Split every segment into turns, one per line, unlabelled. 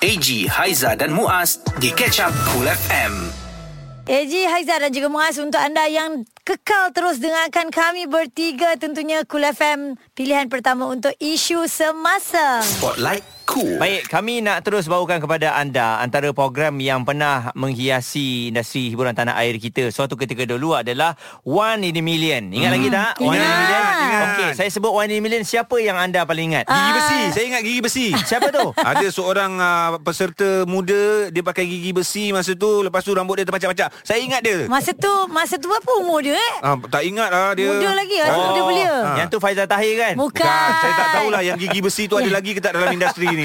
AG, Haiza dan Muaz di Catch Up Cool FM.
AJ Haizat dan juga Muaz untuk anda yang kekal terus dengarkan kami bertiga tentunya Cool FM pilihan pertama untuk isu semasa.
Spotlight Cool.
Baik, kami nak terus bawakan kepada anda antara program yang pernah menghiasi industri hiburan tanah air kita suatu ketika dulu adalah One in a Million. Ingat hmm. lagi tak? One in a
Ingat.
Million.
Ingat.
Okey, saya sebut One in a Million, siapa yang anda paling ingat?
Ah.
Gigi besi. Saya ingat gigi besi.
Siapa tu?
Ada seorang uh, peserta muda dia pakai gigi besi masa tu lepas tu rambut dia terpacak-pacak. Saya ingat dia.
Masa tu masa tu apa umur dia eh?
Ah, tak ingat lah dia.
Muda lagi lah, sebab dia belia.
ah.
Oh, Yang tu Faizal Tahir kan?
Bukan.
Kan, saya tak tahulah yang gigi besi tu ada lagi ke tak dalam industri ni.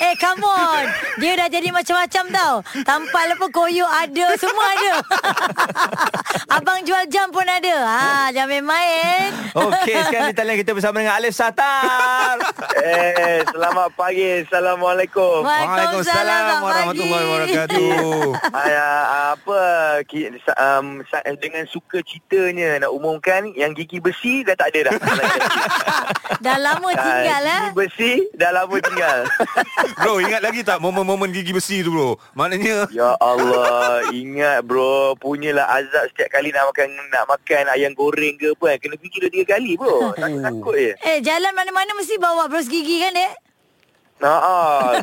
eh come on Dia dah jadi macam-macam tau Tampal apa koyo ada Semua ada Abang jual jam pun ada ha, Jangan main-main
Okey, sekarang di talian kita bersama dengan Alif Satar.
Eh, selamat pagi. Assalamualaikum.
Waalaikumsalam
warahmatullahi wabarakatuh.
Ay, ah, apa ki- sa- um, sa- dengan suka citanya nak umumkan yang gigi besi dah tak ada dah.
Dah lama tinggal
Ah,
eh.
Gigi besi dah lama tinggal.
Bro, ingat lagi tak momen-momen gigi besi tu bro? Maknanya
ya Allah, ingat bro, punyalah azab setiap kali nak makan nak makan ayam goreng ke apa kan. Kena fikir dua tiga kali bro. Takut-takut je.
Eh jalan mana-mana mesti bawa berus gigi kan dek
Ha ah,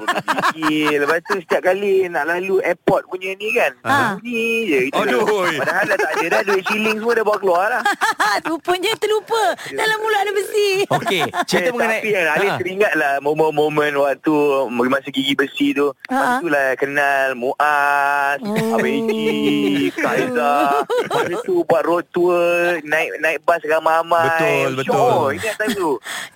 gigi. Lepas tu setiap kali nak lalu airport punya ni kan.
Ah.
Bunyi je gitu.
Aduh.
Padahal dah tak ada dah duit shilling semua dah bawa keluar lah.
Ha, Rupanya terlupa Dalam mulut ada besi
Okey, cerita
eh,
mengenai
Tapi kan Alif
Ah.
Ha.
teringat lah Momen-momen waktu Masa gigi besi tu
Ha.
Lepas tu lah kenal Muaz
Oh.
oh. Abang Eji Kaiza Lepas tu buat road tour Naik naik bas ramai-ramai
Betul, betul.
Syok, Oh, Ingat time tu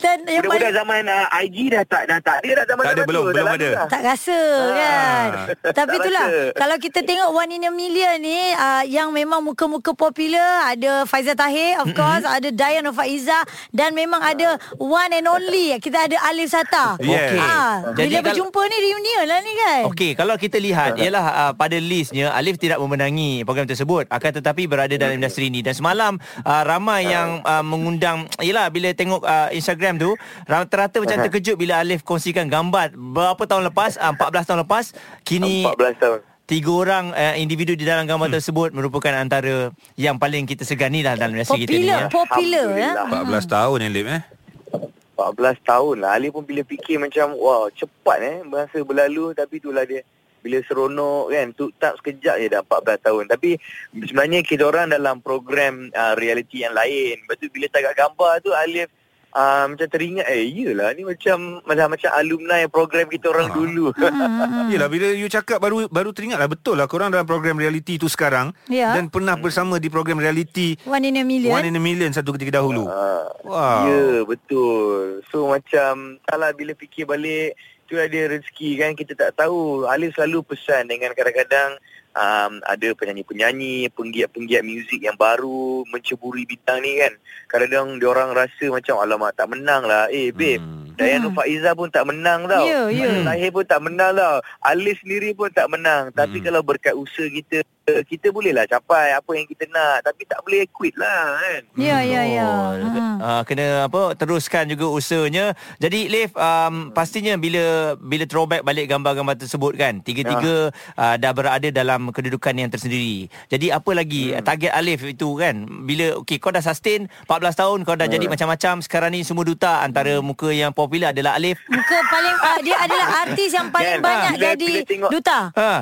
Dan yang
Mudah-mudahan
paling
zaman uh, IG dah tak Dah tak ada dah zaman
Tak ada,
zaman
belum,
tu, dah
belum
lalu
ada.
dah.
tak rasa kan Tapi
Tak
itulah
rasa.
Kalau kita tengok One in a Million ni uh, Yang memang muka-muka popular Ada Faizal Tahir of course Ada Dayan Faiza Dan memang ada One and only Kita ada Alif Sata
Yes.
ha,
Jadi
Bila
kalau-
berjumpa ni reunion lah ni kan
Okey, kalau kita lihat ialah uh, pada listnya Alif tidak memenangi program tersebut akan tetapi berada dalam industri ini dan semalam uh, ramai yang uh, mengundang ialah bila tengok uh, Instagram tu ra- rata-rata macam terkejut bila Alif kongsikan gambar berapa tahun lepas uh, 14 tahun lepas kini
14 tahun
tiga orang uh, individu di dalam gambar tersebut merupakan antara yang paling kita segani lah dalam industri kita ni
Popular
ya.
Popular ya.
Alhamdulillah.
14 tahun yang lip eh.
14 tahun lah Ali pun bila fikir macam Wow cepat eh Masa berlalu Tapi itulah dia Bila seronok kan tu tak sekejap je dah 14 tahun Tapi Sebenarnya kita orang dalam program uh, Reality yang lain Lepas tu bila tagak gambar tu Alif uh, Macam teringat Eh iyalah ni macam Macam, macam alumni program kita orang
Ah.
dulu
Hmm.
Yelah bila you cakap baru baru teringat lah betul lah korang dalam program reality tu sekarang
Ya.
dan pernah bersama di program reality
One in a Million
One in a Million satu ketika dahulu.
Ah,
Wow.
Ya betul So macam Salah bila fikir balik Tu ada rezeki kan Kita tak tahu Alif selalu pesan Dengan kadang-kadang um, Ada penyanyi-penyanyi Penggiat-penggiat muzik yang baru Menceburi bidang ni kan Kadang-kadang diorang rasa macam Alamak tak menang lah Eh babe
Hmm.
hmm. Dayan
Hmm.
hmm. Faiza pun tak menang tau
Ya, ya.
Lahir pun tak menang tau Alif sendiri pun tak menang Tapi
Hmm.
kalau berkat usaha kita Kita bolehlah capai Apa yang kita nak Tapi tak boleh quit lah kan
Ya ya ya
Betul.
Ha.
Uh, kena apa teruskan juga usahanya. Jadi Leif um, pastinya bila bila throwback balik gambar-gambar tersebut kan tiga-tiga
Ya.
uh, dah berada dalam kedudukan yang tersendiri. Jadi apa lagi hmm. target Alif itu kan bila okey kau dah sustain 14 tahun kau
Ya.
dah jadi macam-macam sekarang ni semua duta antara
Hmm.
muka yang popular adalah Alif.
Muka paling uh, Dia adalah artis yang paling
Kan,
banyak
bila-
jadi
bila tengok-
duta
Ha.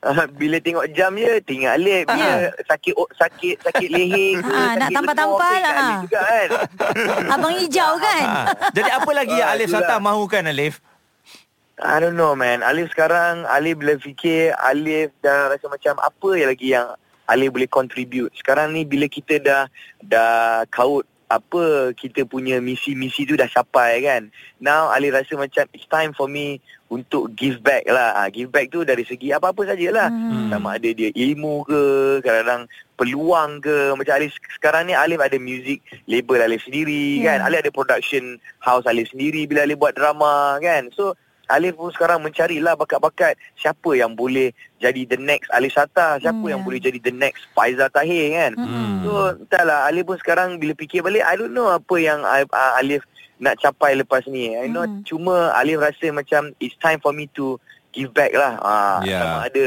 Ah, bila tengok jam ya, je tinggal Alif bila sakit o- sakit sakit leher ke
Ah, nak
sakit
tampal-tampal,
lengan,
ah.
Alif juga kan
Abang hijau kan
Ha. Jadi apa lagi yang
Ah,
Alif
itulah.
Sata mahukan Alif?
I don't know man Alif sekarang Alif bila fikir Alif dah rasa macam apa yang lagi yang Alif boleh contribute sekarang ni bila kita dah dah kaut apa kita punya misi-misi tu dah capai kan now Alif rasa macam it's time for me untuk give back lah Ah, give back tu dari segi apa-apa sajalah
Hmm.
Sama ada dia ilmu ke Kadang-kadang peluang ke Macam Alif sekarang ni Alif ada music label Alif
Ya.
sendiri yeah. kan Alif ada production house Alif sendiri Bila Alif buat drama kan So Alif pun sekarang mencarilah bakat-bakat Siapa yang boleh jadi the next Alif Sata Siapa
Hmm,
yang
ya.
boleh jadi the next Faizal Tahir kan
Hmm.
So entahlah Alif pun sekarang bila fikir balik I don't know apa yang I- uh, Alif nak capai lepas ni I know
Hmm.
cuma Alif rasa macam It's time for me to give back lah. Ha,
Ya.
yeah. Sama ada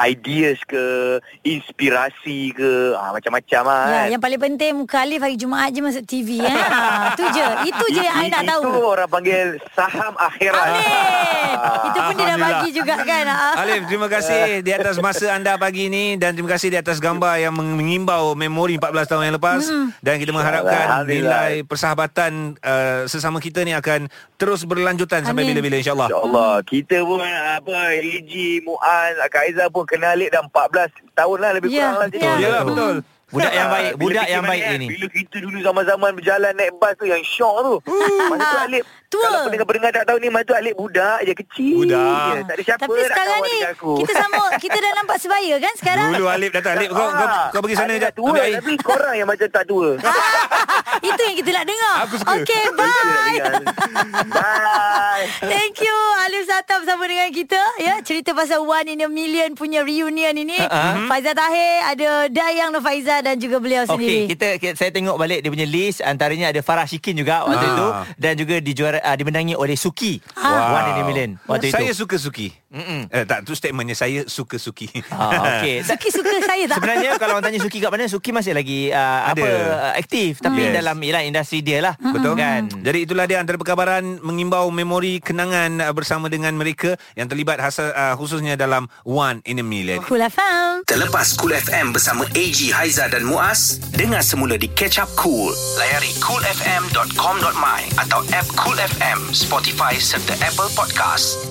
ideas ke, inspirasi ke, ha, macam-macam lah.
Ya,
kan.
yang paling penting muka Alif hari Jumaat je masuk TV eh. Ha, tu je. Itu je yang I nak
Itu
tahu.
orang panggil saham akhirat. Ah.
Alif. Itu pun dia dah
Alhamdulillah.
bagi juga kan. Ha.
Alif, terima kasih di atas masa anda pagi ini dan terima kasih di atas gambar yang meng- mengimbau memori 14 tahun yang lepas dan kita mengharapkan
Alhamdulillah.
nilai persahabatan uh, sesama kita ni akan terus berlanjutan sampai
Amin.
bila-bila insya-Allah.
InsyaAllah Kita pun apa AG, Muaz, Kak Aizah pun kenal Lik dah 14 tahun lah Lebih
Ya,
kurang lah
ya. Yalah,
betul.
Budak yang
Ah,
baik,
bila
budak
fikir
yang baik
balik kan,
ini.
Bila kita dulu zaman-zaman berjalan naik bas tu Yang syok tu
Hmm.
Masa
Ha,
tu Alip
Tua.
Kalau pendengar-pendengar tak tahu ni Masa tu Alip budak je Kecil
Budak.
je Tak ada siapa
Tapi
nak
sekarang
kawan
ni
dengan aku
kita sama kita dah nampak sebaya kan sekarang?
Dulu Alif datang Alif kau kau, kau pergi sana
Alip
jap.
dah Ah, tua
Ambil air.
Tapi korang yang macam tak tua
Itu yang kita nak dengar.
Aku suka.
Okay, bye.
Bye
Thank you Alif Satam bersama dengan kita ya cerita pasal One in a Million punya reunion ini. Uh-huh. Faizal Tahir, ada Dayang Nur Faiza dan juga beliau sendiri.
Okey, kita, kita saya tengok balik dia punya list antaranya ada Farah Shikin juga waktu
Ah.
itu dan juga dijuara uh, dimenangi oleh Suki.
Wow.
One in a million waktu
saya
itu.
suka Suki.
Mm-mm.
Eh, tak, tu statementnya saya suka Suki.
Ah, okey. Tak-
Suka-suka saya tak?
Sebenarnya kalau orang tanya Suki kat mana Suki masih lagi uh,
Ada.
apa uh, aktif tapi
Yes.
dalam ialah industri dia lah
Betul
kan
kan? Jadi itulah dia antara perkabaran mengimbau memori kenangan uh, bersama dengan mereka yang terlibat hasa, uh, khususnya dalam One in a Million.
Cool FM.
Terlepas Cool FM bersama AG, Haiza dan Muaz, dengar semula di Catch Up Cool. Layari coolfm.com.my atau app Cool FM, Spotify serta Apple Podcast.